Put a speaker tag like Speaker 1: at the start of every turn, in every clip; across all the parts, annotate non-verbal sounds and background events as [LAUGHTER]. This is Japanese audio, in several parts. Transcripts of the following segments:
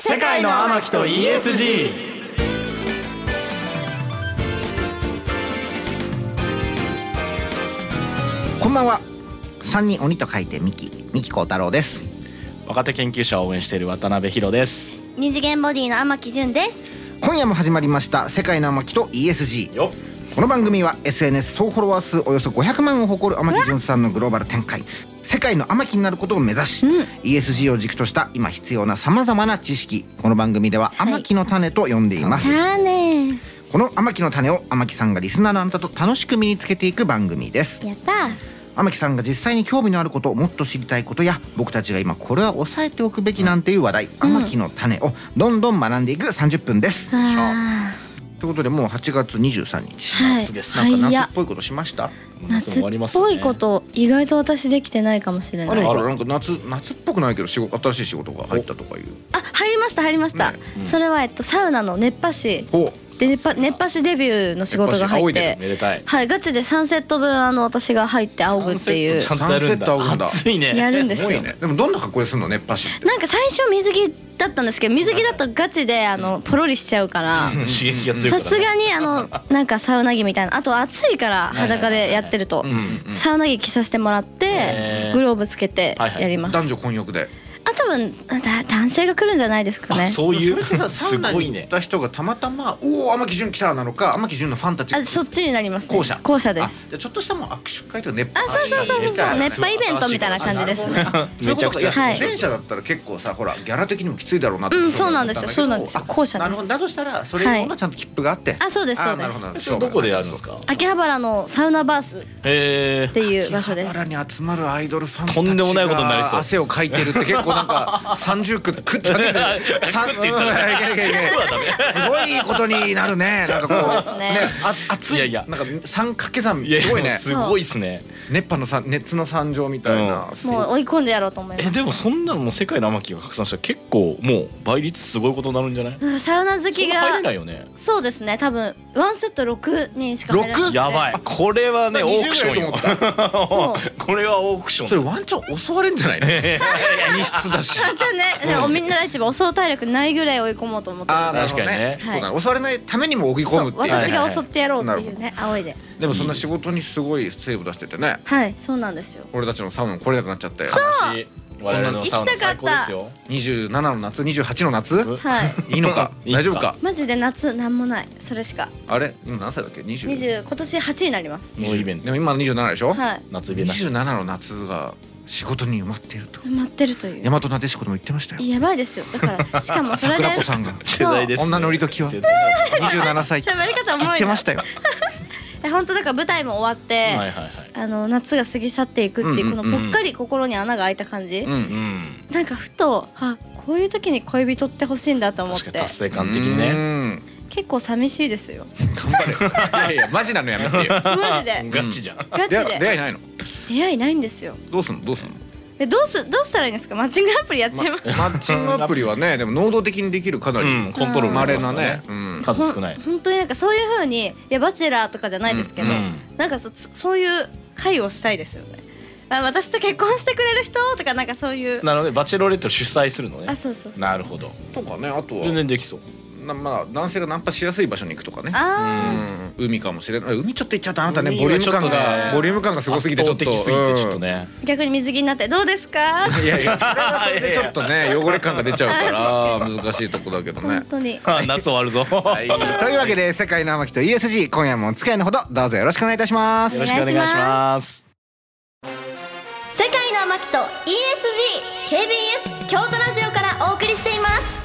Speaker 1: 世界の天木と ESG
Speaker 2: こんばんは。三人鬼と書いてミキ、ミキコ太郎です。
Speaker 1: 若手研究者を応援している渡辺博です
Speaker 3: 二次元ボディの天木純です。
Speaker 2: 今夜も始まりました世界の天木と ESG。
Speaker 1: よ
Speaker 2: この番組は SNS 総フォロワー数およそ500万を誇る天木純さんのグローバル展開、世界の天木になることを目指し、
Speaker 3: うん
Speaker 2: ESG を軸とした今必要なさまざまな知識、この番組では天木の種と呼んでいます。
Speaker 3: さあね
Speaker 2: この天木の種を天木さんがリスナーのあなたと楽しく身につけていく番組です。
Speaker 3: やった
Speaker 2: 天木さんが実際に興味のあることをもっと知りたいことや僕たちが今これは押さえておくべきなんていう話題、
Speaker 3: ん
Speaker 2: 天木の種をどんどん学んでいく30分です。
Speaker 3: あ
Speaker 2: ということでもう8月23日。
Speaker 3: はい
Speaker 1: 夏です
Speaker 2: なんか
Speaker 3: 早
Speaker 2: 夏
Speaker 3: っ
Speaker 2: っぽいことしました。
Speaker 3: 夏っぽいこと意外と私できてないかもしれ
Speaker 2: あ
Speaker 3: な
Speaker 2: れ
Speaker 3: い。
Speaker 1: あ
Speaker 3: あ
Speaker 1: ら
Speaker 2: なんか夏夏っぽくないけど仕事新しい仕事が入ったとかいう。
Speaker 3: 入りました入りました。
Speaker 1: うん
Speaker 3: それはえっとサウナの熱波師
Speaker 2: ほ
Speaker 3: で熱波熱波師デビューの仕事が入っ
Speaker 2: 熱波師仰いで
Speaker 3: て。
Speaker 1: めでたい
Speaker 3: はい、ガチで3セット分あの私が入って仰ぐっていう
Speaker 1: サンセットちゃんとやるん
Speaker 2: サンセット
Speaker 1: だ
Speaker 2: 仰ぐんだ
Speaker 1: 暑いね
Speaker 3: やるん
Speaker 2: う。
Speaker 3: です
Speaker 2: すご
Speaker 3: よ
Speaker 2: いね。でもどんな格好ですんのねパシって。
Speaker 3: なんか最初水着だったんですけど水着だとガチであのポロリしちゃうから
Speaker 1: 刺激が強い
Speaker 3: さすがにあのなんかサウナ着みたいなあと暑いから裸でやってると
Speaker 2: うんうん
Speaker 3: サウナ着着させてもらっ
Speaker 1: へ
Speaker 3: て
Speaker 1: ー
Speaker 3: グローブつけて
Speaker 1: はいはい
Speaker 3: やります、
Speaker 2: 男女混浴で。
Speaker 3: あ多分だ男性が来るんじゃないですか
Speaker 1: あ
Speaker 3: ね
Speaker 1: そうい
Speaker 2: れ
Speaker 1: う
Speaker 2: ってさサ
Speaker 1: す
Speaker 2: ウナ
Speaker 1: ご
Speaker 2: に
Speaker 1: い
Speaker 2: 行っ
Speaker 1: ね
Speaker 2: た人がたまたま「おお天木純来た」なのか天木純のファンたちが
Speaker 3: あそっちになりますね
Speaker 2: 後者
Speaker 3: 後者です
Speaker 2: あじゃあちょっとしたもう握手会とか熱波
Speaker 3: あそうそうそうそうそう熱波イベントみたいな感じですね
Speaker 2: め
Speaker 1: め
Speaker 2: ち
Speaker 1: ち
Speaker 2: ゃ
Speaker 1: ゃ
Speaker 2: く
Speaker 1: く
Speaker 2: ち
Speaker 1: ち
Speaker 2: ゃ
Speaker 1: ゃ
Speaker 3: はい
Speaker 2: 前者だったら結構さほらギャラ的にもきついだろうなと
Speaker 3: [LAUGHS] う
Speaker 2: 思っ
Speaker 3: ん
Speaker 2: て
Speaker 3: そうなんですよそうなんですよ
Speaker 2: あ
Speaker 3: 後者
Speaker 2: なる
Speaker 3: で
Speaker 2: ほど
Speaker 3: す
Speaker 2: だとしたらそれ用のちゃんと切符があって、
Speaker 3: あそうです
Speaker 2: あ
Speaker 3: そ
Speaker 2: ー
Speaker 3: うで
Speaker 2: なるほ
Speaker 3: す
Speaker 2: どなるほ
Speaker 1: それどこでやるんですか
Speaker 3: 秋葉原のサウナバースっ
Speaker 1: え
Speaker 3: ていう場所です
Speaker 2: 秋葉原に集まるアイドルファンたちが
Speaker 1: とんでもないことになりそう
Speaker 2: 汗をかいてるって結構なんか三十区食ってだけで [LAUGHS] 三
Speaker 1: 食って言っちゃう
Speaker 2: うんいやいやいやいやすごいことになるねなんかこ
Speaker 3: そ
Speaker 2: う
Speaker 3: うですね
Speaker 2: あ熱い
Speaker 1: いやいや
Speaker 2: なんか三掛け算
Speaker 1: いや
Speaker 2: すごい
Speaker 1: でも
Speaker 2: ね
Speaker 1: すごいですね
Speaker 2: 熱波のさ熱の参上みたいな、すごい
Speaker 3: もう追い込んでやろうと思いま
Speaker 1: え
Speaker 3: す
Speaker 1: でもそんなのもう世界の天木が拡散したら結構もう倍率すごいことになるんじゃない
Speaker 3: うんサウナ好
Speaker 1: そ
Speaker 3: き
Speaker 1: んな入れな
Speaker 3: が
Speaker 1: いよね
Speaker 3: そうですね多分ワンセット6人しか入らない
Speaker 2: 六
Speaker 1: やばいこれはねオ
Speaker 2: 20
Speaker 1: ークションよ
Speaker 2: ぐらいと思っ
Speaker 3: そう
Speaker 1: これはオークション
Speaker 2: それワンチャン襲われんじゃないの
Speaker 1: [LAUGHS]
Speaker 2: 密室だし
Speaker 3: あじゃあねでもみんな一番襲う体力ないぐらい追い込もうと思ってる
Speaker 2: あーなる
Speaker 1: 確か
Speaker 2: ほど
Speaker 1: にね
Speaker 2: ねそうだね襲われないためにも追い込
Speaker 3: そ
Speaker 2: むっ
Speaker 3: う
Speaker 2: ていうね
Speaker 3: 私が襲ってやろうっていうね仰いで
Speaker 2: でもそんな仕事にすごいセーブ出しててね
Speaker 3: はいそうなんですよ
Speaker 2: 俺たちのサウナも来れなくなっちゃって
Speaker 1: し我々のサウナ最高ですよ
Speaker 2: 27の夏28の夏
Speaker 3: はい
Speaker 2: いいのか
Speaker 1: いいか
Speaker 2: 大丈夫か
Speaker 3: マジで夏なんもないそれしか
Speaker 2: あれ今何歳だっけ
Speaker 3: 二
Speaker 2: 20
Speaker 3: 十今年八になります
Speaker 1: もうイベント
Speaker 2: でも今27でしょ
Speaker 3: はい
Speaker 1: 夏イベント
Speaker 2: 27の夏が仕事に埋まっていると
Speaker 3: 埋まってるという
Speaker 2: 大和なでしこでも言ってましたよ
Speaker 3: やばいですよ
Speaker 2: [LAUGHS]
Speaker 3: だからしかもそれで
Speaker 2: 桜子さん
Speaker 3: [LAUGHS]
Speaker 2: が
Speaker 1: 世代ですね
Speaker 2: 女乗り時は
Speaker 1: 世代は
Speaker 2: 27歳って
Speaker 3: 喋り方重い
Speaker 2: 言
Speaker 3: な
Speaker 2: ってましたよ
Speaker 3: え本当だから舞台も終わっ
Speaker 1: い
Speaker 3: て、
Speaker 1: はいはい
Speaker 3: あの夏が過ぎ去っていくっていうう
Speaker 2: う
Speaker 3: ん
Speaker 2: ん
Speaker 3: こ
Speaker 2: うんうん
Speaker 3: のぽっかり心に穴が開いた感じ、
Speaker 2: う
Speaker 1: うんん
Speaker 3: なんかふとあこういう時に恋人って欲しいんだと思っ
Speaker 1: 確かに
Speaker 3: て
Speaker 1: 達成感的にね
Speaker 2: ね
Speaker 3: 結構寂しいです
Speaker 2: [LAUGHS]
Speaker 3: よ
Speaker 2: 頑
Speaker 1: [LAUGHS]
Speaker 2: 張れ。いやいや、マジなのやめて
Speaker 3: [LAUGHS]
Speaker 2: よ。
Speaker 3: マジで
Speaker 1: ガチじゃん
Speaker 3: ガチ
Speaker 2: 出会出
Speaker 3: で
Speaker 2: 会いないの。
Speaker 3: 出会いないんですよ
Speaker 2: どうすんの、どうすんの。
Speaker 3: えどうすどうしたらいいんですかマッチングアプリやっちゃいます、
Speaker 2: マッチングアプリはね、でも能動的にできるかなり。
Speaker 1: うんコントロール
Speaker 2: 稀
Speaker 1: でき
Speaker 2: な
Speaker 1: ますから
Speaker 2: ね。うん。
Speaker 1: 数少ない
Speaker 3: ほん本当になんかそういう風にいやバチェラーとかじゃないですけ
Speaker 1: う
Speaker 3: ど、
Speaker 1: ん
Speaker 3: なんかそつそういう会をしたいですよねあ私と結婚してくれる人とかなんかそういう
Speaker 1: なのでバチェロレットを主催するのね
Speaker 3: あそうそうそう
Speaker 1: なるほど
Speaker 2: とかね、あと
Speaker 1: 全
Speaker 2: は。
Speaker 1: 然できそう
Speaker 2: なまあ、男性がナンパしやすい場所に行くとかね。う
Speaker 3: あ
Speaker 2: ん、海かもしれない。海ちょっと行っちゃった、あなたね、
Speaker 1: 海
Speaker 2: ボリューム感
Speaker 1: はちょっ
Speaker 3: と
Speaker 2: が、
Speaker 3: ね
Speaker 2: ボリューム感がすごすぎて、ちょっと。
Speaker 1: 圧倒的すぎてちょっと
Speaker 2: ね。
Speaker 1: ね
Speaker 3: ー逆に水着になってどうですか
Speaker 2: いやいや、それはそれでちょっとね、汚れ感が出ち
Speaker 1: [LAUGHS]
Speaker 2: ゃうから、難しいとこだけど
Speaker 3: 本
Speaker 2: ね。
Speaker 3: 当に
Speaker 1: あ夏終わるぞは
Speaker 2: はい、というわけで、世界の天木と ESG、今夜もお付き合いのほど、どうぞよろしくお願いいたします
Speaker 1: よ。ろしくお願いします
Speaker 3: 世界の天木と ESG KBS 京都ラジオからお送りしています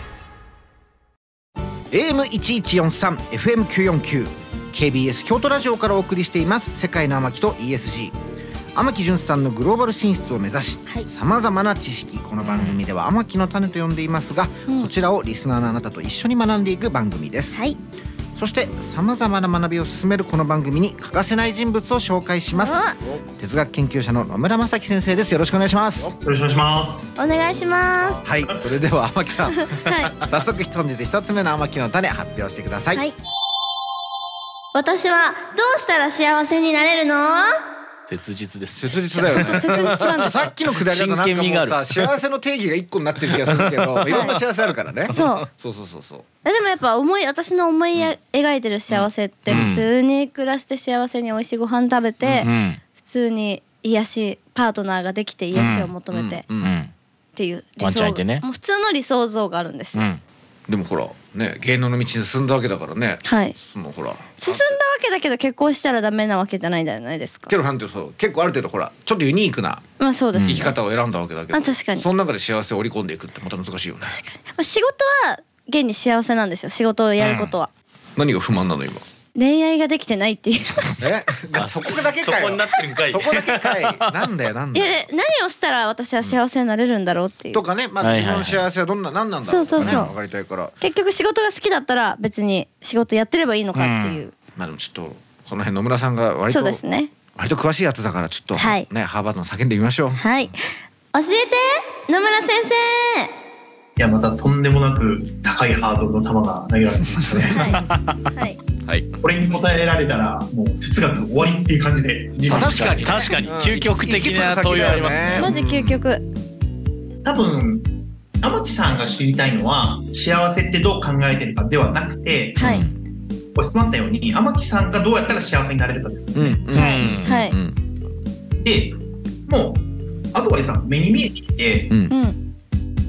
Speaker 2: AM 一一四三 FM 九四九 KBS 京都ラジオからお送りしています世界の天木と ESG 天木純さんのグローバル進出を目指し
Speaker 3: はい
Speaker 2: さまざまな知識この番組では天木の種と呼んでいますが、
Speaker 3: うん
Speaker 2: そちらをリスナーのあなたと一緒に学んでいく番組です
Speaker 3: はい
Speaker 2: そしてさまざまな学びを進めるこの番組に欠かせない人物を紹介します哲学研究者の野村正樹先生ですよろしくお願いします
Speaker 4: よろしくお願いします。
Speaker 3: お願いします
Speaker 2: はいそれでは天木さん
Speaker 3: はい
Speaker 2: 早速本日一つ目の天木の種発表してください、
Speaker 3: 私はどうしたら幸せになれるの
Speaker 1: 哲切実ですね
Speaker 2: 切実だよ
Speaker 3: 本当
Speaker 2: ね
Speaker 3: 切実なんです
Speaker 2: さ
Speaker 3: よ
Speaker 2: っきのくだりだとなん
Speaker 1: 真剣味
Speaker 2: かも
Speaker 1: があ
Speaker 2: う
Speaker 1: る
Speaker 2: さ幸せの定義が一個になってる気がするけ
Speaker 1: [LAUGHS]
Speaker 2: どいろんな幸せあるからね
Speaker 3: そう
Speaker 2: そうそうそうそう
Speaker 3: えでもやっぱ思い私の思いや描いてる幸せって
Speaker 1: うん
Speaker 3: 普通に暮らして幸せに美味しいご飯食べて、
Speaker 1: うん
Speaker 3: 普通に癒しパートナーができて癒しを求めて
Speaker 2: う
Speaker 1: うん
Speaker 2: うん
Speaker 1: ん
Speaker 3: っていう
Speaker 1: ワンちゃ
Speaker 3: 理
Speaker 1: ん
Speaker 3: 想
Speaker 1: いてね
Speaker 3: もう普通の理想像があるんです、
Speaker 1: う
Speaker 3: はい
Speaker 1: ん
Speaker 2: でもほらね芸能の道に進んだわけだからねそのほら
Speaker 3: 進んだわけだけど結婚したらダメなわけじゃないんじゃないですか
Speaker 2: ケロハンってそう結構ある程度ほらちょっとユニークな
Speaker 3: まあそうです、
Speaker 1: うん
Speaker 2: 生き方を選んだわけだけど、
Speaker 3: あ確かに
Speaker 2: その中で幸せを織り込んでいくってまた難しいよね
Speaker 3: 確かにまあ仕事は現に幸せなんですよ仕事をやることは、
Speaker 2: 何が不満なの今
Speaker 3: 恋愛ができてないっていう
Speaker 2: えそこだけかよ
Speaker 1: ってるんか
Speaker 2: そこだけかいなんだよなん
Speaker 3: [LAUGHS] い
Speaker 2: だ
Speaker 3: や
Speaker 2: よ
Speaker 3: で何をしたら私は幸せになれるんだろうっていう
Speaker 2: とかねまあ
Speaker 1: はい
Speaker 2: 自
Speaker 1: はいは
Speaker 2: 分
Speaker 1: い
Speaker 2: の幸せはどんな何なんだろう
Speaker 3: そ
Speaker 2: と
Speaker 3: う
Speaker 2: か
Speaker 3: そう
Speaker 2: ね
Speaker 3: そう
Speaker 2: 分かりたいから
Speaker 3: 結局仕事が好きだったら別に仕事やってればいいのかっていう、
Speaker 2: まあでもちょっとこの辺野村さんが割
Speaker 3: そ
Speaker 2: と
Speaker 3: うですね
Speaker 2: 割と詳しいやつだからちょっと
Speaker 3: はい
Speaker 2: ねハーバードの叫んでみましょう
Speaker 3: はい教えて野村先
Speaker 5: いや、またとんでもなく高いハードルの球が投げられてきました
Speaker 2: [LAUGHS]
Speaker 3: 生は
Speaker 5: ね。
Speaker 3: い、はい、
Speaker 1: はい
Speaker 5: これに答えられたら、もう哲学終わりっていう感じで、自分
Speaker 2: 確かに
Speaker 1: 確かに
Speaker 2: うん
Speaker 1: 究極的な問いはありますね
Speaker 3: マジ究極
Speaker 5: 多分、玉木さんが知りたいのは、幸せってどう考えてるかではなくて、
Speaker 3: はい
Speaker 5: ご質問あったように、天木さんがどうやったら幸せになれるかですよ
Speaker 2: うんう
Speaker 5: ね。
Speaker 2: ん
Speaker 1: うん
Speaker 3: はい
Speaker 2: うん
Speaker 5: で、もう、アドバイスは目に見えてきて、
Speaker 2: うん
Speaker 3: うん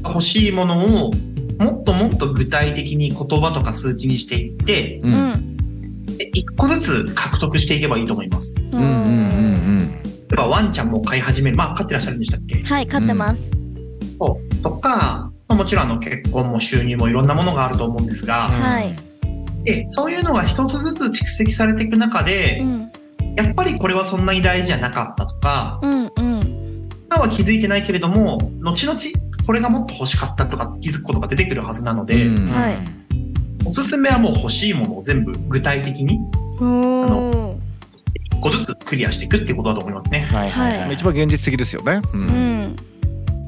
Speaker 5: 欲しいものを、もっともっと具体的に言葉とか数値にしていって、
Speaker 2: う
Speaker 3: うんん
Speaker 5: で一個ずつ獲得していけばいいと思います。
Speaker 3: う
Speaker 2: うんうんうんうん
Speaker 5: 例えばワンちゃんも飼い始める。まあ、飼ってらっしゃるんでしたっけ
Speaker 3: はい勝ってます、
Speaker 5: とか、まあ、もちろんあの結婚も収入もいろんなものがあると思うんですが、
Speaker 3: はい
Speaker 5: でそういうのが一つずつ蓄積されていく中で、
Speaker 3: うん
Speaker 5: やっぱりこれはそんなに大事じゃなかったとか、
Speaker 3: うんうん
Speaker 5: 今は気づいてないけれども、後々これがもっと欲しかったとか気づくことが出てくるはずなので、
Speaker 2: うん
Speaker 3: はい
Speaker 5: おすすめはもう欲しいものを全部具体的に
Speaker 3: おー
Speaker 5: 一個ずつクリアしていくっていうことだと思いますね。
Speaker 1: はいは
Speaker 3: はい
Speaker 2: 一番現実的ですよねう
Speaker 3: うんん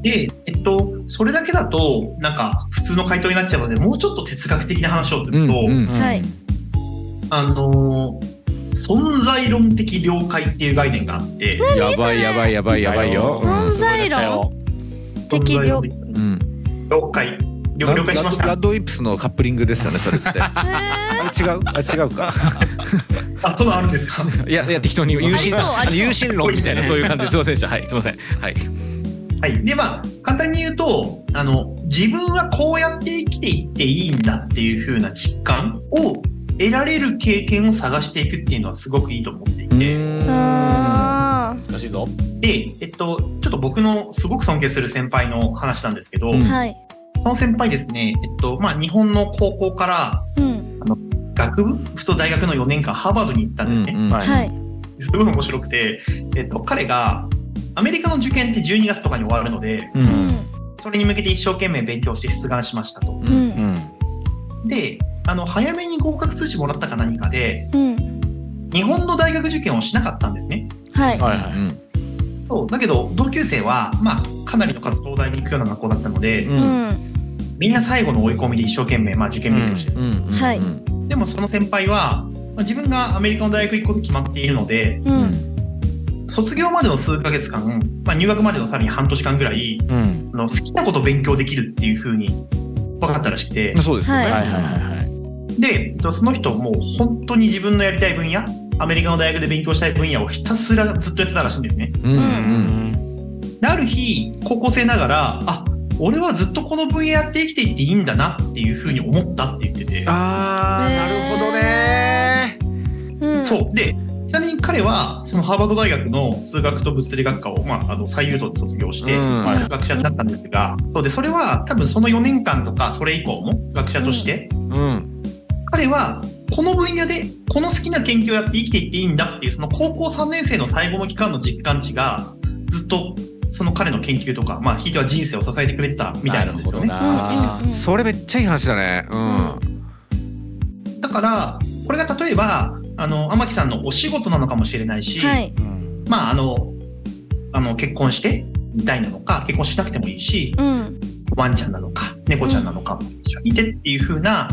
Speaker 5: で、えっと、それだけだと、なんか普通の回答になっちゃうので、もうちょっと哲学的な話をすると、
Speaker 2: うん
Speaker 1: うん
Speaker 3: はい
Speaker 5: あのー存在論的了解っていう概念があって、
Speaker 2: やばいやばいやばいやばいよ
Speaker 3: そ存在論
Speaker 1: すごいの来たよ
Speaker 3: 適量
Speaker 5: 存在論的
Speaker 2: うんうん
Speaker 5: 了解。了了解しまし
Speaker 2: ラ
Speaker 5: た
Speaker 2: ッ。ドウィップスのカップリングですよねそれって [LAUGHS] あ
Speaker 3: へー
Speaker 2: 違うあ違うか
Speaker 5: あ、そうなのあるんですか。はい
Speaker 2: やいや適当に有心論
Speaker 3: ありそうありそう
Speaker 2: 有心論みたいなそういう感じですいませんでしたはいすいませんはい
Speaker 5: い。で、まあ、簡単に言うと、あの、自分はこうやって生きていっていいんだっていう風な実感を得られる経験を探していくっていうのはすごくいいと思っていて。
Speaker 3: あ
Speaker 1: 難しいぞ
Speaker 5: で、えっと、ちょっと僕のすごく尊敬する先輩の話なんですけど、
Speaker 1: うん
Speaker 3: ーはい
Speaker 5: その先輩ですね、えっと、まあ、日本の高校から
Speaker 3: うん
Speaker 5: 学部ふと大学の4年間ハーバードに行ったんですね、
Speaker 2: うんうん
Speaker 1: はい
Speaker 3: はい
Speaker 5: すごい面白くて、えっと、彼がアメリカの受験って12月とかに終わるので
Speaker 2: う
Speaker 3: うんん
Speaker 5: それに向けて一生懸命勉強して出願しましたと
Speaker 2: う
Speaker 3: うんん
Speaker 5: であの早めに合格通知もらったか何かで
Speaker 3: うん
Speaker 5: 日本の大学受験をしなかったんですね
Speaker 3: はい
Speaker 1: はい
Speaker 2: は
Speaker 1: はい
Speaker 2: い
Speaker 5: そうだけど同級生は、まあ、かなりの活動大に行くような学校だったので、
Speaker 2: う
Speaker 3: うんん
Speaker 5: みんな最後の追い込みで一生懸命、まあ、受験勉強してる、
Speaker 2: うん
Speaker 3: はい
Speaker 5: でもその先輩は、まあ自分がアメリカの大学行くこと決まっているので
Speaker 3: う
Speaker 2: うんん
Speaker 5: 卒業までの数ヶ月間、まあ、入学までのさらに半年間ぐらい
Speaker 2: うん
Speaker 5: あの好きなことを勉強できるっていう風に分かったらしくて
Speaker 2: そうですよね
Speaker 3: はい
Speaker 1: はいはいはい
Speaker 5: でえっとその人もう本当に自分のやりたい分野アメリカの大学で勉強したい分野をひたすらずっとやってたらしいんですね
Speaker 2: うんうん
Speaker 5: である日高校生ながらあ俺はずっとこの分野やって生きていっていいんだなっていう風に思ったって言ってて
Speaker 2: あーなるほどね
Speaker 3: うん
Speaker 5: そうでちなみに彼はそのハーバード大学の数学と物理学科を、まあ、あの最優等で卒業して、
Speaker 2: うん
Speaker 5: まあ学者になったんですがそうでそれは多分その4年間とかそれ以降も学者として
Speaker 2: うん
Speaker 5: 彼はこの分野でこの好きな研究をやって生きていっていいんだっていうその高校3年生の最後の期間の実感値がずっとその彼の研究とかまあひいては人生を支えてくれてたみたいなんですよね
Speaker 1: なる
Speaker 3: うんう
Speaker 1: ほどなん
Speaker 3: うん
Speaker 2: それめっちゃいい話だねうん
Speaker 5: だからこれが例えばあの天木さんのお仕事なのかもしれないし、
Speaker 3: はい
Speaker 5: まああのあの結婚してみたいなのか結婚しなくてもいいし
Speaker 3: うん
Speaker 5: ワンちゃんなのか猫ちゃんなのか一緒にいてっていう風な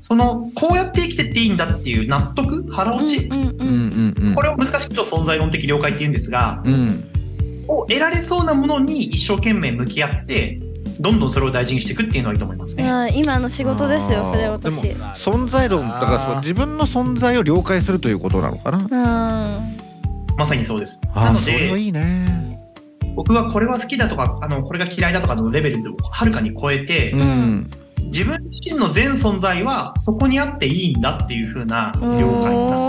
Speaker 5: その、こうやって生きてっていいんだっていう納得腹落ち、
Speaker 3: うんう
Speaker 2: うん
Speaker 3: ん
Speaker 2: うんうん
Speaker 5: これを難しくと存在論的了解って言うんですが、
Speaker 2: うん
Speaker 5: を得られそうなものに一生懸命向き合って、どんどんそれを大事にしていくっていうのはいいと思います
Speaker 3: い
Speaker 5: ね。
Speaker 3: や今の仕事です
Speaker 2: あ
Speaker 3: よ
Speaker 2: ー
Speaker 3: それ私
Speaker 2: で存在論だからそう自分の存在を了解するということなのかな
Speaker 3: うん
Speaker 5: まさにそうです。
Speaker 2: あ
Speaker 5: な
Speaker 2: あ
Speaker 5: の
Speaker 2: それも
Speaker 5: で、
Speaker 2: いいね
Speaker 5: 僕はこれは好きだとか、あの、これが嫌いだとかのレベルをはるかに超えて
Speaker 2: う、ん
Speaker 5: 自分自身の全存在はそこにあっていいんだっていう風な了解になる。
Speaker 3: お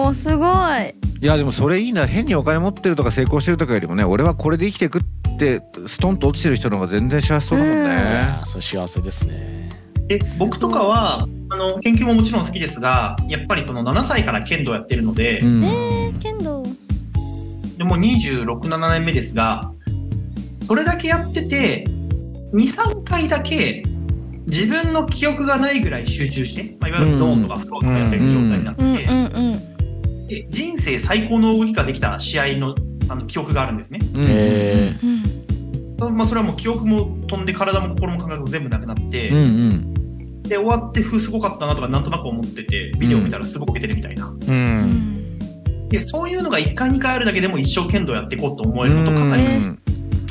Speaker 3: ーすごい
Speaker 2: いやでもそれいいな変にお金持ってるとか成功してるとかよりもね俺はこれで生きてくってストンと落ちてる人の方が全然幸せそうだもん
Speaker 3: うん
Speaker 1: い
Speaker 2: ね
Speaker 1: やーそれ幸せですね。
Speaker 5: で、僕とかは、あの、研究ももちろん好きですが、やっぱりこの7歳から剣道やってるので、
Speaker 2: うん
Speaker 3: 剣道
Speaker 5: でもう26、7年目ですが、それだけやってて、2、3回だけ自分の記憶がないぐらい集中して、まあ、いわゆるゾーンとかフローとかやってる状態になって、
Speaker 3: うんうんうん
Speaker 5: で人生最高の動きができた試合のあの記憶があるんですね。
Speaker 2: うん
Speaker 1: え
Speaker 3: うん
Speaker 5: まあ、それはもう記憶も飛んで体も心も感覚も全部なくなって、
Speaker 2: うんうん
Speaker 5: で終わってふうすごかったなとかなんとなく思っててビデオ見たらすごく出てるみたいな、
Speaker 2: う
Speaker 3: うんん
Speaker 5: でそういうのが1回2回あるだけでも一生剣道やっていこうと思えることかなり
Speaker 2: うん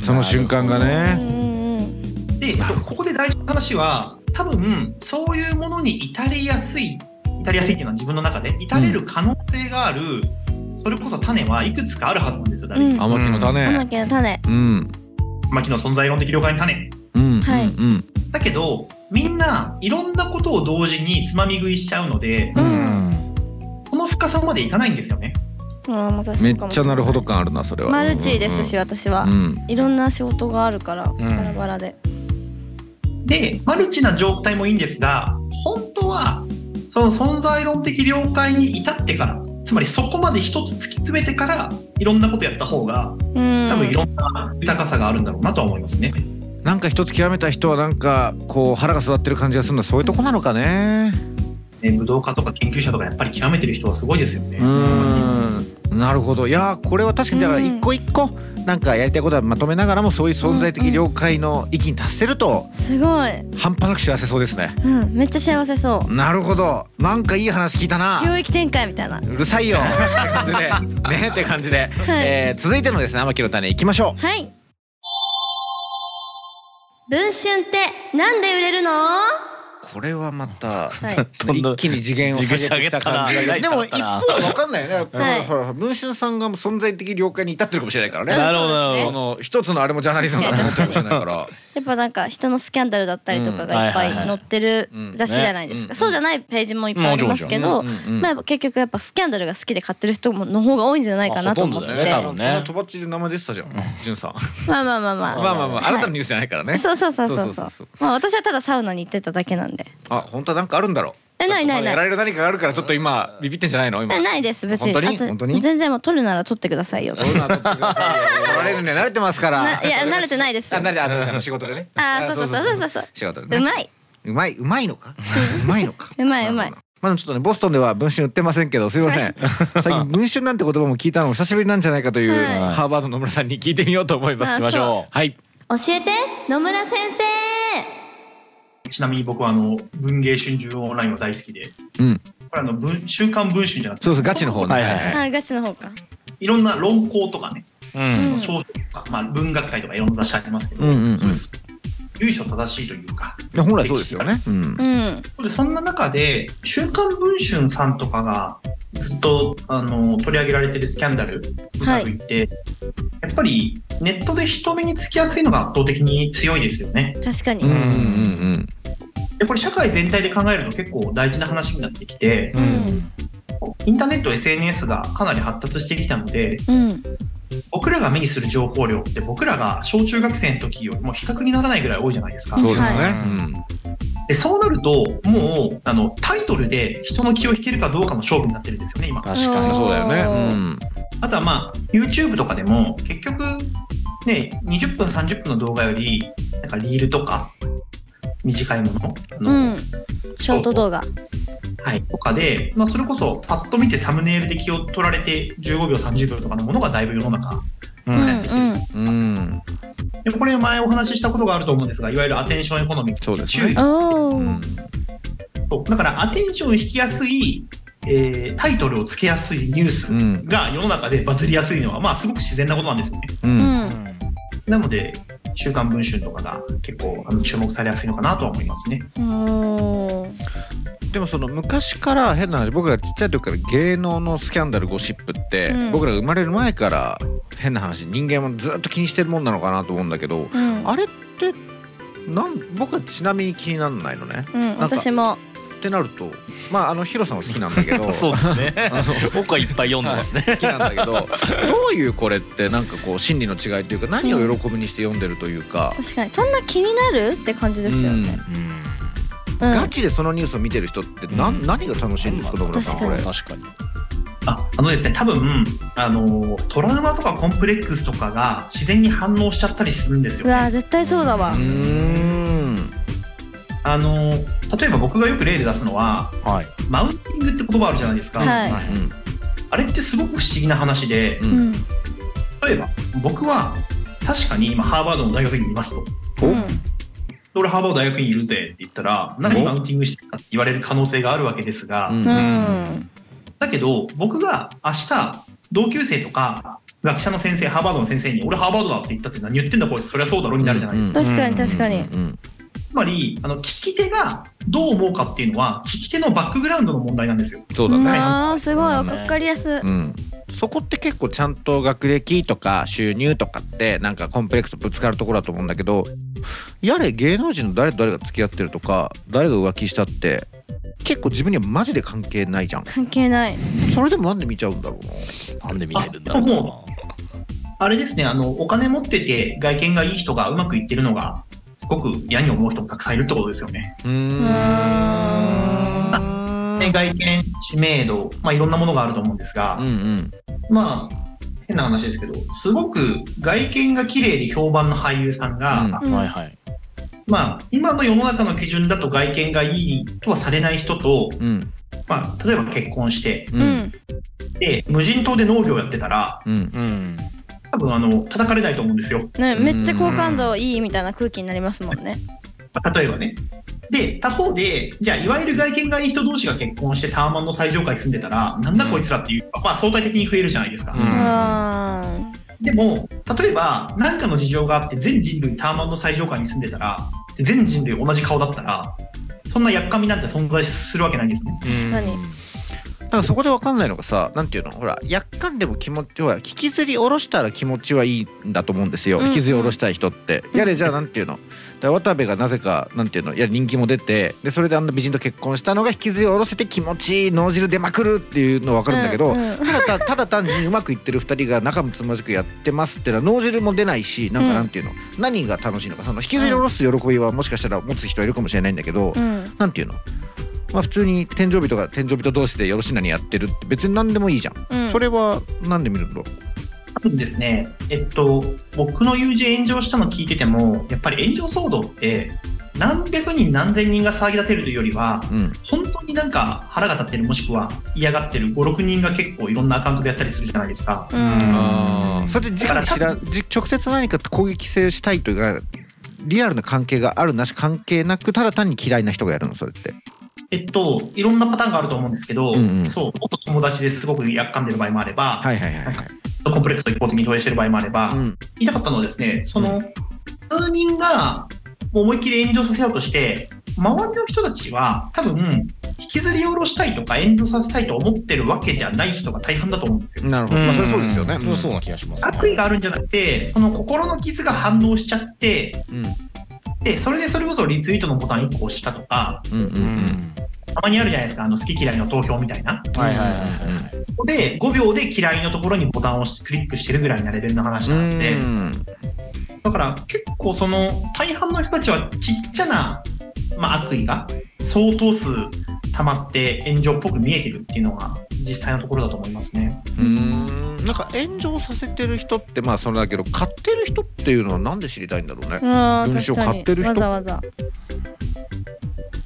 Speaker 2: その瞬間が
Speaker 3: う
Speaker 2: ね
Speaker 3: んうん
Speaker 5: で
Speaker 2: [LAUGHS]
Speaker 5: ここで大事な話は多分そういうものに至りやすい至りやすいっていうのは自分の中で至れる可能性がある、それこそ種はいくつかあるはずなんですよ、誰
Speaker 3: う
Speaker 5: に
Speaker 3: ん
Speaker 2: 天木の
Speaker 3: 天
Speaker 2: 種
Speaker 3: 木の種
Speaker 2: うん
Speaker 5: 牧野存在論的了解の種
Speaker 2: うん
Speaker 3: はい
Speaker 2: うん
Speaker 5: だけどみんないろんなことを同時につまみ食いしちゃうので
Speaker 2: う
Speaker 3: うん
Speaker 2: ん
Speaker 5: この深さまでいかないんですよね
Speaker 3: あーまさしく
Speaker 2: めっ
Speaker 3: かもし
Speaker 2: ち
Speaker 3: れ
Speaker 2: ゃ
Speaker 3: い
Speaker 2: なるほど感あるなそれは
Speaker 3: マルチですし私は
Speaker 2: うん
Speaker 3: いろんな仕事があるから
Speaker 2: ん
Speaker 3: バラバラで
Speaker 5: で、マルチな状態もいいんですが、本当は、その存在論的了解に至ってから、つまりそこまで一つ突き詰めてから、いろんなことやった方が、
Speaker 3: うん
Speaker 5: 多分いろんな豊かさがあるんだろうなとは思いますね。
Speaker 2: なんか一つ極めた人はなんかこう腹が据わってる感じがするのはそういうとこなのかね
Speaker 5: ね武道家とか研究者とかやっぱり極めてる人はすごいですよね。
Speaker 2: うんなるほどいやーこれは確かにだから
Speaker 3: うん
Speaker 2: 一個一個なんかやりたいことはまとめながらもそういう存在的了解の域に達せると
Speaker 3: すごい
Speaker 2: 半端なく幸せそうですね
Speaker 3: うんめっちゃ幸せそう
Speaker 2: なるほどなんかいい話聞いたな
Speaker 3: 領域展開みたいな
Speaker 2: うるさいよって感じ [LAUGHS] でねって感じで、
Speaker 3: はい
Speaker 2: えー続いてのですね天木の種いきましょ
Speaker 3: はい。文春ってなんで売れるの？は
Speaker 2: うこれはまた
Speaker 3: い。
Speaker 1: どんどん
Speaker 2: 一気に次元を下げてきた感じが
Speaker 1: ジ
Speaker 2: で
Speaker 1: グ下
Speaker 2: も
Speaker 1: げ
Speaker 2: 一
Speaker 1: たな
Speaker 2: 方は分かんないよねやっぱ
Speaker 3: はい
Speaker 2: ほらほら文春さんが存在的了解に至ってるかもしれないからね
Speaker 1: なるほど
Speaker 3: そ
Speaker 1: な
Speaker 2: あ
Speaker 3: うです
Speaker 1: るほ
Speaker 3: ね
Speaker 2: の一つのあれもジャーナリズムだと思ってるかもしれない [LAUGHS] から。
Speaker 3: やっぱなんか人のスキャンダルだったりとかがいっぱ
Speaker 1: うんはいいはい
Speaker 3: 載ってる
Speaker 2: うん
Speaker 3: 雑誌じゃないです
Speaker 2: ね
Speaker 3: か。そうじゃないページもいっぱいありますけど
Speaker 2: うん、うんうん
Speaker 3: まあ結局やっぱスキャンダルが好きで買ってる人もの方が多いんじゃないかなと思って
Speaker 1: まあほとんどだよね多分。
Speaker 2: このとばっちで名前出てたじゃん、じゅんさん。
Speaker 3: まあまあまあまあ。
Speaker 2: まあまあまあ、
Speaker 3: はい
Speaker 2: 新たなニュースじゃないからね。
Speaker 3: そうそうそう
Speaker 2: そ
Speaker 3: そうう
Speaker 2: そ
Speaker 3: そうう
Speaker 2: そう。
Speaker 3: まあ私はただサウナに行ってただけなんで。
Speaker 2: あ、本当はなんかあるんだろう。
Speaker 3: えないないない
Speaker 2: やられる何かがあるから、ちょっと今ビビってんじゃないの、今。
Speaker 3: えないです別に。
Speaker 2: 本当に
Speaker 3: あと
Speaker 2: 本当に
Speaker 3: 全然もう取るなら取ってくださいよ。
Speaker 2: どうなってくださいよ取られるには慣れてますから。
Speaker 3: ないや慣れてないです
Speaker 2: あ、慣れて、あ、そうですあの仕事でね。
Speaker 3: ああそうそうそうそうそうそう。
Speaker 2: 仕事でね。
Speaker 3: うまい。
Speaker 2: うまい、うまいのか。うまいのか。
Speaker 3: うまいうまい。
Speaker 2: まあちょっとねボストンでは文春売ってませんけどすいません、最近文春なんて言葉も聞いたのも久しぶりなんじゃないかという、
Speaker 3: はい
Speaker 2: ハーバードの野村さんに聞いてみようと思います
Speaker 3: あ
Speaker 1: 行きましょう。はい。
Speaker 6: 教えて野村先生
Speaker 5: ちなみに僕はあの、文芸春秋オンラインは大好きで、
Speaker 2: うん
Speaker 5: これあの、文週刊文春じゃなくて、
Speaker 2: そうそうガチの方ね、
Speaker 1: はいはいはい
Speaker 3: あーガチの方か。
Speaker 5: いろんな論考とかね、
Speaker 1: うん。
Speaker 3: うん
Speaker 5: 小説とか、まあ文学界とかいろんな雑誌ありますけど、
Speaker 2: うんうんうん
Speaker 5: そうです。由緒正しいというか、
Speaker 2: いや本来そうですよね、うん
Speaker 3: うん。
Speaker 5: でそんな中で、週刊文春さんとかがずっとあの取り上げられてるスキャンダル、うまくいって、やっぱりネットで人目につきやすいのが圧倒的に強いですよね。
Speaker 3: 確かに。
Speaker 1: うん
Speaker 2: ん
Speaker 5: で、これ社会全体で考えると結構大事な話になってきて、
Speaker 3: うん
Speaker 5: インターネット、SNS がかなり発達してきたので、
Speaker 3: うん。
Speaker 5: 僕らが目にする情報量って僕らが小中学生の時よりも比較にならないぐらい多いじゃないですか。
Speaker 2: そうですね、
Speaker 3: はい
Speaker 5: でそうなると、もうあのタイトルで人の気を引けるかどうかの勝負になってるんですよね、今。
Speaker 1: 確か
Speaker 2: う
Speaker 1: に
Speaker 2: ん、
Speaker 3: あ
Speaker 1: そ
Speaker 2: そうう
Speaker 1: だ
Speaker 2: だ
Speaker 1: よ。
Speaker 2: よね、
Speaker 5: あとはまあ YouTube とかでも結局ね20分30分の動画よりなんかリールとか短いものあの、
Speaker 3: うん。ショート動画。
Speaker 5: はい、とかで、まあ、それこそパッと見てサムネイルで気を取られて15秒30秒とかのものがだいぶ世の中
Speaker 2: う
Speaker 3: うんんう
Speaker 2: うん
Speaker 3: ん。
Speaker 2: うん、うん
Speaker 5: でこれ前お話ししたことがあると思うんですがいわゆるアテンションエコノミー
Speaker 2: そうです
Speaker 5: 注
Speaker 2: ね
Speaker 5: 意
Speaker 3: おお。
Speaker 5: そうだからアテンションを引きやすい、えータイトルをつけやすいニュース
Speaker 1: うん
Speaker 5: が世の中でバズりやすいのは、まあ、すごく自然なことなんですよね。
Speaker 1: う
Speaker 3: うんん。
Speaker 5: なので、週刊文春とかが結構あの注目されやすいのかなとは思いますね。
Speaker 3: おー
Speaker 2: でもその昔から変な話僕がちっちゃい時から芸能のスキャンダルゴシップって、
Speaker 3: うん
Speaker 2: 僕らが生まれる前から変な話人間もずっと気にしてるもんなのかなと思うんだけど
Speaker 3: うん。
Speaker 2: あれってなん僕はちなみに気にならないのね。
Speaker 3: うん、
Speaker 2: なんか
Speaker 3: 私も。
Speaker 2: ってなるとまああのヒロさんは好きなんだけど
Speaker 1: [LAUGHS] そうですね。
Speaker 2: あの
Speaker 1: 僕はいっぱい読んでますね。
Speaker 2: 好きなんだけどどういうこれってなんかこう心理の違いというか何を喜びにして読んでるというか、
Speaker 3: 確かに。そんな気になるって感じですよね。う
Speaker 2: うん
Speaker 3: ん。
Speaker 2: ガチでそのニュースを見てる人ってな、
Speaker 1: うん
Speaker 2: 何が楽しいんですか、野村さんこれ。
Speaker 1: 確かに。
Speaker 5: ああのですね、多分あのトラウマとかコンプレックスとかが自然に反応しちゃったりするんですよ、
Speaker 3: うわー
Speaker 5: ね。
Speaker 3: 絶対そうだわ
Speaker 2: う。ーん
Speaker 5: あの例えば僕がよく例で出すのは、
Speaker 1: はい。
Speaker 5: マウンティングって言葉あるじゃないですか。
Speaker 3: はい
Speaker 5: あれってすごく不思議な話で、
Speaker 2: う
Speaker 3: うんん。
Speaker 5: 例えば僕は確かに今ハーバードの大学院にいますと。で
Speaker 2: お
Speaker 3: うん
Speaker 5: 俺ハーバード大学院いるぜって言ったら、何マウンティングしてたって言われる可能性があるわけですが、
Speaker 2: うん
Speaker 3: うん。
Speaker 5: だけど、僕が明日、同級生とか、学者の先生、ハーバードの先生に、俺ハーバードだって言ったって何言ってんだこいつ、そりゃそうだろになるじゃないですか。
Speaker 3: 確かに確かに。
Speaker 2: うん
Speaker 5: つまり、あの、聞き手がどう思うかっていうのは、聞き手のバックグラウンドの問題なんですよ。
Speaker 2: そうだね、
Speaker 3: ああすごいわ
Speaker 1: そうだね
Speaker 3: かりやすい。
Speaker 2: うん、そこって結構ちゃんと学歴とか収入とかってなんかコンプレックスとぶつかるところだと思うんだけどやれ芸能人の誰と誰が付き合ってるとか誰が浮気したって結構自分にはマジで関係ないじゃん
Speaker 3: 関係ない。
Speaker 2: それでもなんで見ちゃうんだろうな
Speaker 1: なんで見てるんだろうな
Speaker 5: あもあれですね、あの、お金持ってて、外見がいい人がうまくいってるのが、すごく嫌に思う人もたくさんいるってことですよね。
Speaker 2: うーん
Speaker 5: で外見、知名度、まあ、いろんなものがあると思うんですが、
Speaker 2: うんうん
Speaker 5: まあ、変な話ですけど、すごく外見が綺麗で評判の俳優さんが、
Speaker 2: うん
Speaker 3: うん
Speaker 1: はいはい。
Speaker 5: まあ、今の世の中の基準だと外見がいいとはされない人と、
Speaker 2: うん
Speaker 5: まあ、例えば結婚して、
Speaker 2: う
Speaker 3: うんん。
Speaker 5: で、無人島で農業やってたら、
Speaker 2: うん
Speaker 1: うん。
Speaker 5: 多分あの、叩かれないと思うんですよ。
Speaker 3: ねめっちゃ好感度いいみたいな空気になりますもんね。
Speaker 5: 例えばね。で、他方で、じゃあ、いわゆる外見がいい人同士が結婚してタワマンの最上階に住んでたら、なんだこいつらっていう、まあ、相対的に増えるじゃないですか。
Speaker 1: うん
Speaker 3: あ
Speaker 5: でも、例えば、何かの事情があって全人類タワマンの最上階に住んでたら、で全人類同じ顔だったら、そんなやっかみなんて存在するわけないんですね。
Speaker 3: 確かに
Speaker 2: だからそこで分かんないのがさなんていうのほらやっかんでも気持ちは引きずり下ろしたら気持ちはいいんだと思うんですよ、
Speaker 3: うん
Speaker 2: 引きずり下ろしたい人って、
Speaker 3: うん
Speaker 2: やれじゃあなんていうのだから渡部がなぜかなんていうのやれ人気も出てでそれであんな美人と結婚したのが引きずり下ろせて気持ちいい脳汁出まくるっていうのは分かるん
Speaker 3: あ。
Speaker 2: だけど、
Speaker 3: ううん
Speaker 2: ただたただ単にうまくいってる2人が仲睦まじくやってますってのは脳汁も出ないしなんかなんていうの、何が楽しいのかその引きずり下ろす喜びはもしかしたら持つ人はいるかもしれないんだけど、
Speaker 3: うん。
Speaker 2: なんていうのまあ普通に天井人が天井人同士でよろしなにやってるって別に何でもいいじゃん、
Speaker 3: うん
Speaker 2: それは何で見るんだろ
Speaker 5: 多分ですね、えっと、僕の友人炎上したの聞いてても、やっぱり炎上騒動って、何百人何千人が騒ぎ立てるというよりは、
Speaker 2: う、うん、
Speaker 5: 本当になんか腹が立ってるもしくは嫌がってる5、6人が結構いろんなアカウントでやったりするじゃないですか。
Speaker 3: うん。
Speaker 1: あ
Speaker 2: それで直に知らじ直接何か攻撃性したいというかリアルな関係があるなし関係なくただ単に嫌いな人がやるのそれって
Speaker 5: えっと、いろんなパターンがあると思うんですけど、
Speaker 2: うんうん
Speaker 5: そう、元友達ですごくやっかんでる場合もあれば、
Speaker 2: はいはいはいはい、
Speaker 5: コンプレックスを一方的に投影してる場合もあれば、
Speaker 2: うん
Speaker 5: 言いたかったのはですね、その、数人がもう思いっきり炎上させようとして、周りの人たちは多分、引きずり下ろしたいとか炎上させたいと思ってるわけではない人が大半だと思うんですよ。
Speaker 2: なるほど、まあ、それはそうですよね、
Speaker 1: んそうそうな気がしますね。
Speaker 5: 悪意があるんじゃなくて、その心の傷が反応しちゃって、
Speaker 2: うん
Speaker 5: で、それでそれこそリツイートのボタン1個押したとか、
Speaker 2: うんうんう
Speaker 1: うんん。
Speaker 5: たまにあるじゃないですか、あの好き嫌いの投票みたいな。
Speaker 1: はいはいはいはい。
Speaker 5: ここで5秒で嫌いのところにボタンを押してクリックしてるぐらいなレベルの話
Speaker 2: う
Speaker 5: なんで、
Speaker 2: ん
Speaker 5: だから結構その大半の人たちはちっちゃな、まあ、悪意が相当数溜まって炎上っぽく見えてるっていうのが実際のところだと思いますね。
Speaker 2: うーんなんか炎上させてる人ってまあそれだけど買ってる人っていうのはなんで知りたいんだろうね
Speaker 3: あー
Speaker 2: 文章
Speaker 3: 確かに
Speaker 2: 買ってる人
Speaker 3: わざわざ。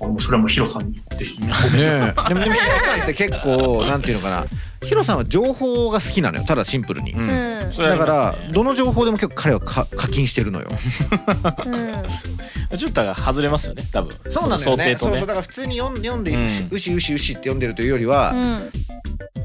Speaker 5: あもうそれはもうヒロさんにぜひ。
Speaker 2: ね [LAUGHS] えでもでもヒロさんって結構なんていうのかなヒロさんは情報が好きなのよただシンプルに、
Speaker 1: う
Speaker 3: うんん。うん
Speaker 1: それはあ
Speaker 2: だ
Speaker 1: り
Speaker 2: か
Speaker 1: ます
Speaker 2: ら
Speaker 1: ね
Speaker 2: どの情報でも結構彼はか課金してるのよ。
Speaker 1: ジュンタが外れますよね、多分。
Speaker 2: [LAUGHS] そうなんだよ
Speaker 1: の
Speaker 2: ね
Speaker 1: 想定と
Speaker 2: そう
Speaker 1: ね
Speaker 2: そうだ。から普通に読ん読んで、う
Speaker 1: うん
Speaker 2: しうしうしうしって読んでるというよりは、
Speaker 3: うん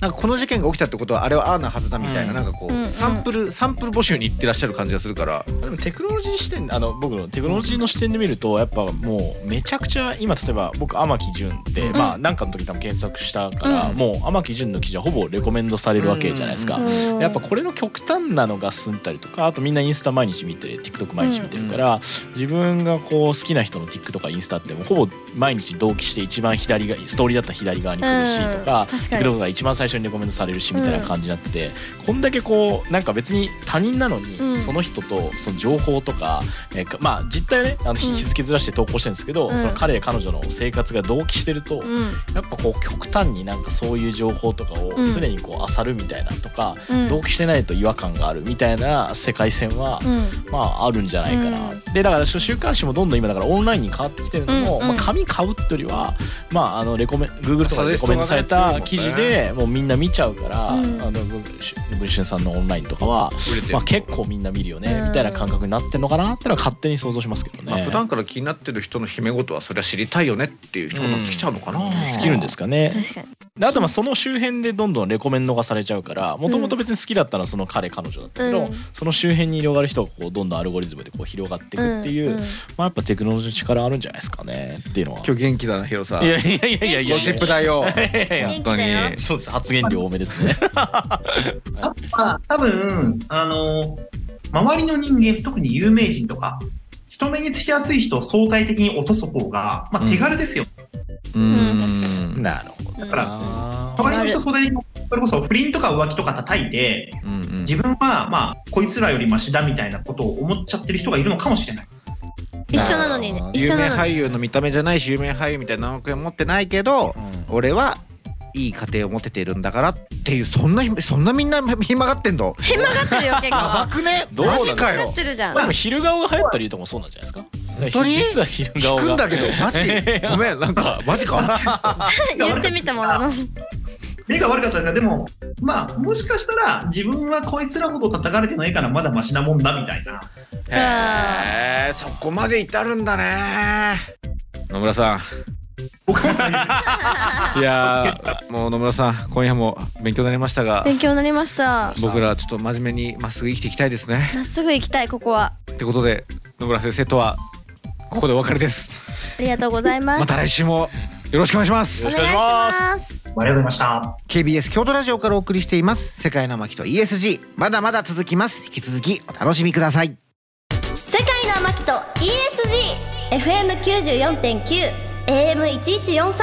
Speaker 2: なんかこの事件が起きたってことはあれはああなはずだみたい
Speaker 1: う
Speaker 2: な、
Speaker 1: ん
Speaker 2: なんかこう、
Speaker 3: うんうん
Speaker 2: サンプルサンプル募集に行ってらっしゃる感じがするから
Speaker 1: でもテクノロジー視点あの僕のテクノロジーの視点で見るとやっぱもうめちゃくちゃ今例えば僕天城純って、
Speaker 3: ん
Speaker 1: まあなんかの時多分検索したから、
Speaker 3: うん
Speaker 1: もう天城純の記事はほぼレコメンドされるわけじゃないですか。
Speaker 2: うん
Speaker 1: やっぱこれの極端なのが済んだりとかあとみんなインスタ毎日見て TikTok 毎日見てるから、自分がこう好きな人の TikTok とかインスタってもうほぼ毎日同期して一番左がストーリーだったら左側に来るしとか、
Speaker 3: 確か
Speaker 1: TikTok
Speaker 3: に
Speaker 1: が一番最初にレコメンドされるしみたいな感じになってて、こんだけこうなんか別に他人なのに、
Speaker 3: うん
Speaker 1: その人とその情報とか、えーかまあ実態はねあの日
Speaker 3: うん
Speaker 1: 日付ずらして投稿してるんですけど、
Speaker 3: うん
Speaker 1: その彼彼女の生活が同期してると、
Speaker 3: うん
Speaker 1: やっぱこう極端になんかそういう情報とかを
Speaker 3: うん
Speaker 1: 常にこう漁るみたいなとか、
Speaker 3: うん
Speaker 1: 同期してないと違和感があるみたいな世界線は、
Speaker 3: うん
Speaker 1: まああるんじゃないかな、
Speaker 3: う
Speaker 1: でだから週週刊誌もどんどん今だからオンラインに変わってきてるのも、
Speaker 3: うんうん
Speaker 1: まあ、紙買うってよりはまああのレコメン Google とかでレコメンドされ
Speaker 2: サ
Speaker 1: た
Speaker 2: ジェ
Speaker 1: 記
Speaker 2: スト
Speaker 1: 事
Speaker 2: がね
Speaker 1: でもうみんな見ちゃうから、
Speaker 3: うん
Speaker 1: あの文文春さんのオンラインとかは、
Speaker 2: 売れてる、
Speaker 1: まあ、結構みんな見るよね、
Speaker 3: うん
Speaker 1: みたいな感覚になってんのかなってのは勝手に想像しますけどね、
Speaker 2: まあ、普段から気になってる人の姫事はそれは知りたいよねっていう人になってきちゃうのかな、
Speaker 1: うん
Speaker 3: 確かに
Speaker 1: 尽きるんですかね
Speaker 3: 確かに
Speaker 1: であとまあその周辺でどんどんレコメンドがされちゃうからもともと別に好きだったのはその彼彼女だったけど、
Speaker 3: うん
Speaker 1: その周辺に広がる人がこうどんどんアルゴリズムでこう広がっていくっていう、
Speaker 3: んん
Speaker 1: まあ、やっぱテクノロジーの力あるんじゃないですかねっていうのは。
Speaker 2: 今日元気だなヒロさん
Speaker 1: いやいやいやいやいや
Speaker 2: ゴ
Speaker 1: い
Speaker 2: シ
Speaker 1: や
Speaker 2: ップだよ
Speaker 7: 元気だよ
Speaker 2: 本
Speaker 1: そうです発言量多めですね。
Speaker 5: まあ、多分、あの、周りの人間、特に有名人とか、人目につきやすい人を相対的に落とす方が、まあ、手軽ですよ。
Speaker 2: 当に
Speaker 3: うん
Speaker 2: う
Speaker 1: [LAUGHS]
Speaker 2: ん
Speaker 1: なるほど
Speaker 5: だから、
Speaker 1: な。
Speaker 5: 周りの人相対的に、それこそ不倫とか浮気とか叩いて、
Speaker 2: うんうん
Speaker 5: 自分は、まあ、こいつらよりマシだみたいなことを思っちゃってる人がいるのかもしれない。
Speaker 3: 一緒なのに
Speaker 1: な
Speaker 3: ね
Speaker 1: るほど
Speaker 3: 一
Speaker 2: 有
Speaker 3: 緒
Speaker 2: 名
Speaker 3: なの
Speaker 2: 俳
Speaker 3: に
Speaker 2: 優の見た目じゃないし有名俳優みたいな何億円持ってないけど
Speaker 1: うん
Speaker 2: 俺はいい家庭を持てているんだからっていうそんなそんなみんな暇がってんの
Speaker 3: 変曲がってるよ結
Speaker 2: やば
Speaker 3: 構
Speaker 2: くね
Speaker 1: どうな
Speaker 2: マ
Speaker 1: の
Speaker 2: ジか
Speaker 3: 変曲がっ
Speaker 2: よ
Speaker 3: てるじゃん
Speaker 1: でも昼顔が流行った理由とかもそうなんじゃないですか。
Speaker 2: 本当に
Speaker 1: 実は昼
Speaker 2: 引
Speaker 1: 顔が。
Speaker 2: くんだけどマジ [LAUGHS] ごめんなんかマジか
Speaker 3: 言ってみたものの
Speaker 5: 目が悪かったですが、でも、まあ、もしかしたら、自分はこいつらほど叩かれてないから、まだマシなもんだ、みたいな。
Speaker 2: へえそこまで至るんだね野村さ
Speaker 5: 僕も、
Speaker 2: んいやーもう野村さん今夜も勉強になりましたが
Speaker 3: 勉強になりました
Speaker 2: 僕らちょっと真面目にまっすぐ生きていきたいですね
Speaker 3: まっすぐ行きたいここは
Speaker 2: ってことで野村先生とはここでお別れです
Speaker 3: ありがとうございます
Speaker 2: また来週もよろしくお願いします
Speaker 1: よ
Speaker 3: お
Speaker 1: ろしく
Speaker 3: 願いし
Speaker 1: お願いし
Speaker 3: ます
Speaker 5: ありがとうございました。
Speaker 8: KBS 京都ラジオからお送りしています世界の巻と ESG まだまだ続きます引き続きお楽しみください
Speaker 7: 世界の天木と ESGFM94.9 AM1143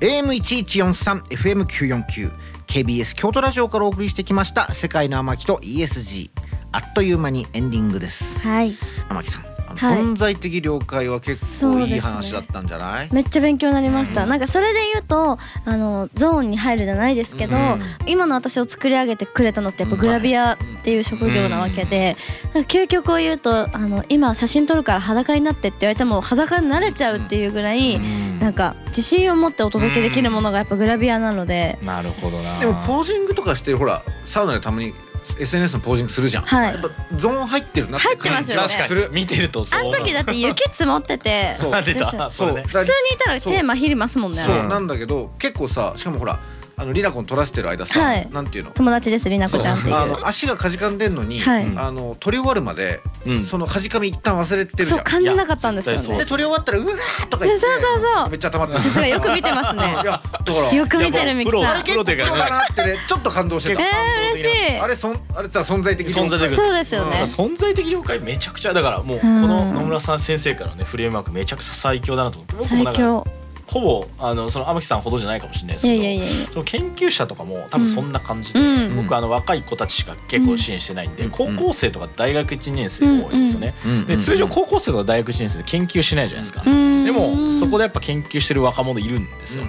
Speaker 8: AM1143 FM949 KBS 京都ラジオからお送りしてきました世界の天木と ESG あっという間にエンディングです
Speaker 3: はい
Speaker 8: 天木さんあの
Speaker 3: はい
Speaker 2: 存在的了解は結構いい話だ
Speaker 3: そうですね
Speaker 2: ったんじゃない、
Speaker 3: めっちゃ勉強になりました、なんかそれで言うとあのゾーンに入るじゃないですけど、
Speaker 2: うん
Speaker 3: 今の私を作り上げてくれたのってやっぱグラビアっていう職業なわけで、なんか究極を言うとあの今写真撮るから裸になってって言われても裸になれちゃうっていうぐらい、なんか自信を持ってお届けできるものがやっぱグラビアなので、
Speaker 1: なるほどな。
Speaker 2: でもポージングとかしてほらサウナでたまに SNS のポージングするじゃん、
Speaker 3: はい
Speaker 2: やっぱゾーン入ってるなって
Speaker 3: 入ってますよね
Speaker 1: 確かに見てるとそう
Speaker 3: あの時だって雪積もってて
Speaker 2: そう
Speaker 3: [LAUGHS]
Speaker 1: 出
Speaker 3: ですよ
Speaker 1: た。
Speaker 2: そ
Speaker 1: そううね。
Speaker 2: そう
Speaker 3: 普通にいたらテーマひりますもんねあれ
Speaker 1: う
Speaker 2: なんだけど結構さしかもほらあのリナコン撮らせてる間さ、
Speaker 3: はい
Speaker 2: なんていうの
Speaker 3: 友達ですりなこちゃんっていう
Speaker 2: あの足がかじかんでんのに、
Speaker 3: はい
Speaker 2: あの撮り終わるまで、
Speaker 1: うん
Speaker 2: そのかじかみ一旦忘れてるじゃ
Speaker 3: そうん感じなかったんです
Speaker 1: い
Speaker 3: よ
Speaker 1: や絶対
Speaker 3: ね
Speaker 1: そ
Speaker 2: で撮り終わったらうわーとか
Speaker 3: い
Speaker 2: 言っ
Speaker 3: や
Speaker 2: て
Speaker 3: そうそうそう
Speaker 2: めっちゃ溜まってる
Speaker 3: さすがよく見てま
Speaker 2: [LAUGHS]
Speaker 3: す
Speaker 2: いや
Speaker 3: ね
Speaker 2: だから
Speaker 3: よく見てるミキさん
Speaker 1: いやもうプロプロという
Speaker 2: プロだ
Speaker 1: かね。
Speaker 2: なってねちょっと感動してた
Speaker 3: えー、嬉しい
Speaker 2: あれそんあれさ存在的に
Speaker 1: 存在的
Speaker 3: そうですよ
Speaker 1: だか
Speaker 3: ね
Speaker 1: ら。存在的了解めちゃくちゃだからもうこの野村さん先生からのねフレームワークめちゃくちゃ最強だなと思って僕も
Speaker 3: 最
Speaker 1: なんか
Speaker 3: 強。
Speaker 1: ほぼあのその天木さんほどじゃないかもしれないです
Speaker 3: いや
Speaker 1: け
Speaker 3: い
Speaker 1: ど
Speaker 3: やいやいや。
Speaker 1: その研究者とかも多分そんな感じで、
Speaker 3: うん
Speaker 1: 僕あの若い子たちしか結構支援してないんで、
Speaker 2: うん
Speaker 1: 高校生とか大学1年生が多いんですよね、
Speaker 2: うんうん
Speaker 1: で通常高校生とか大学1年生で研究しないじゃないですか、
Speaker 3: うーん。
Speaker 1: でもそこでやっぱ研究してる若者いるんですよ。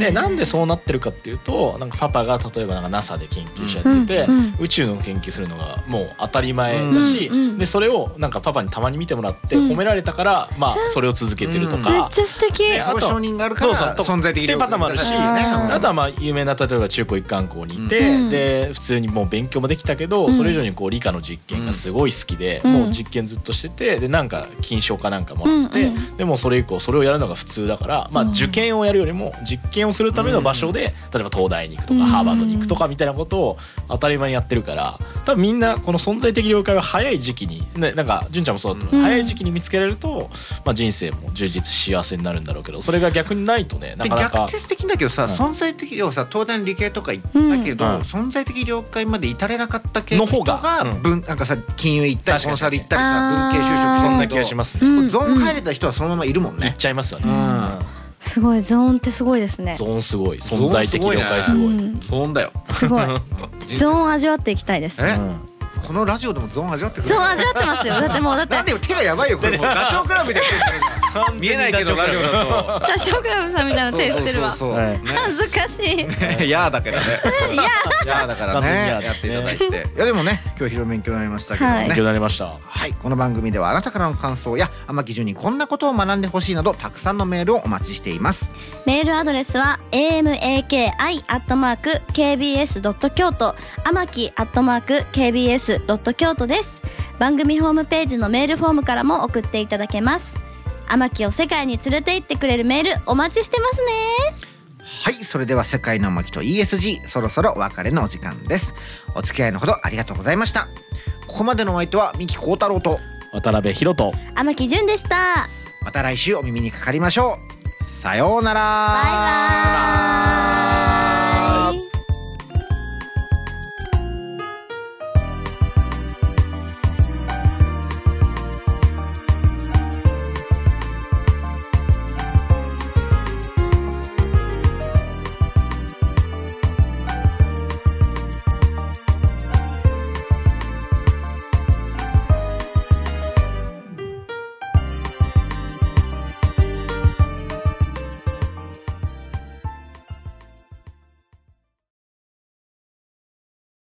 Speaker 1: でなんでそうなってるかっていうとなんかパパが例えばなんか NASA で研究者やってて、
Speaker 3: うんうん
Speaker 1: 宇宙の研究するのがもう当たり前だし、
Speaker 3: うんうん
Speaker 1: でそれをなんかパパにたまに見てもらって
Speaker 3: うん
Speaker 1: 褒められたから、まあそれを続けてると
Speaker 3: めっ
Speaker 1: か。
Speaker 3: ちゃ素敵
Speaker 1: ねあと
Speaker 9: そこ承認があるから
Speaker 1: そうそうと
Speaker 9: 存在的
Speaker 1: っていうパターンもあるしあとはまあ有名な例えば中高一貫校にいて、
Speaker 3: うん
Speaker 1: で普通にもう勉強もできたけど、
Speaker 3: うん
Speaker 1: それ以上にこう理科の実験がすごい好きで、
Speaker 3: うん
Speaker 1: もう実験ずっとしててでなんか金賞かなんかもらって、
Speaker 3: うん
Speaker 1: でもそれ以降それをやるのが普通だから、まあ、
Speaker 3: うん
Speaker 1: 受験をやるよりも実験をするための場所で、例えば東大に行くと
Speaker 3: うん
Speaker 1: かハーバードに行くとかみたいなことを当たり前にやってるから多分みんなこの存在的了解は早い時期に、ね、なんか純ちゃんもそうだと思うけど
Speaker 3: うん
Speaker 1: 早い時期に見つけられると、まあ、人生も充実し幸せになるんだろうけどそれが逆にないとねな
Speaker 9: で
Speaker 1: かな
Speaker 9: 逆
Speaker 1: か。
Speaker 9: 説的だけどさ、
Speaker 1: うん
Speaker 9: 存在的量さ東大の理系とか行ったけど、
Speaker 1: うん
Speaker 9: 存在的了解まで至れなかった系
Speaker 1: の
Speaker 9: の
Speaker 1: 方
Speaker 9: 方
Speaker 1: が
Speaker 9: が
Speaker 1: うん
Speaker 9: 文なんかさ金融行った
Speaker 1: 確
Speaker 9: り
Speaker 1: か
Speaker 9: コ
Speaker 1: に
Speaker 9: ンサル行ったりさ
Speaker 3: 確か
Speaker 9: 文
Speaker 3: に
Speaker 9: 系就職
Speaker 3: あー
Speaker 1: そ
Speaker 9: する
Speaker 1: ん
Speaker 9: ん
Speaker 1: な
Speaker 9: だ
Speaker 1: 気が
Speaker 9: け
Speaker 1: し
Speaker 9: ど
Speaker 1: ます
Speaker 3: う
Speaker 1: ね。
Speaker 3: ん
Speaker 9: ゾーン入
Speaker 3: う
Speaker 9: れ
Speaker 3: ん
Speaker 9: た人はそのままいるもん
Speaker 1: いっ
Speaker 9: ね。
Speaker 1: ちゃいますよね。
Speaker 9: うん
Speaker 3: すごいゾーンってすごいですね
Speaker 1: ゾーンすごい存在的了解
Speaker 9: ゾーン
Speaker 1: すごい。
Speaker 3: うん
Speaker 9: ゾーンだよ。
Speaker 1: [LAUGHS]
Speaker 3: すごいゾーン味わっていきたいです
Speaker 9: え、
Speaker 1: うん
Speaker 9: このラジオでもゾーン味わってくれ
Speaker 3: ゾー
Speaker 9: る
Speaker 3: ン味わってますよだってもうだっ
Speaker 1: [LAUGHS]
Speaker 9: な
Speaker 3: て
Speaker 9: んでよ手がやばいよこれもうダチョウ倶楽部でやってるじゃん見えないけどラジオだと
Speaker 3: ダチョウ倶楽部さんみたいな [LAUGHS]
Speaker 9: そ
Speaker 3: 手
Speaker 9: う
Speaker 3: してるわ
Speaker 9: そうそう
Speaker 1: はい
Speaker 3: 恥ずかしい
Speaker 9: ねやーだけどねやーだからね
Speaker 1: 完全にやー
Speaker 9: や
Speaker 1: で
Speaker 9: っ
Speaker 1: す
Speaker 9: てい
Speaker 1: ね
Speaker 9: ただいて
Speaker 2: いやでもね今日広勉強になりましたけど
Speaker 3: はい
Speaker 2: ね
Speaker 1: 勉強になりました。
Speaker 2: はい、この番組ではあなたからの感想や天城順にこんなことを学んでほしいなどたくさんのメールをお待ちしています
Speaker 3: メールアドレスは amaki.kbs.kyoto 天木 .kbs.kyoto です番組ホームページのメールフォームからも送っていただけます天木を世界に連れて行ってくれるメールお待ちしてますね
Speaker 2: はいそれでは「世界の巻」と ESG そろそろお別れのお時間ですお付き合いのほどありがとうございましたここまでのお相手は三木幸太郎と
Speaker 1: 渡辺博人。
Speaker 3: 天木純でした
Speaker 2: また来週お耳にかかりましょうさようなら
Speaker 3: バイバイ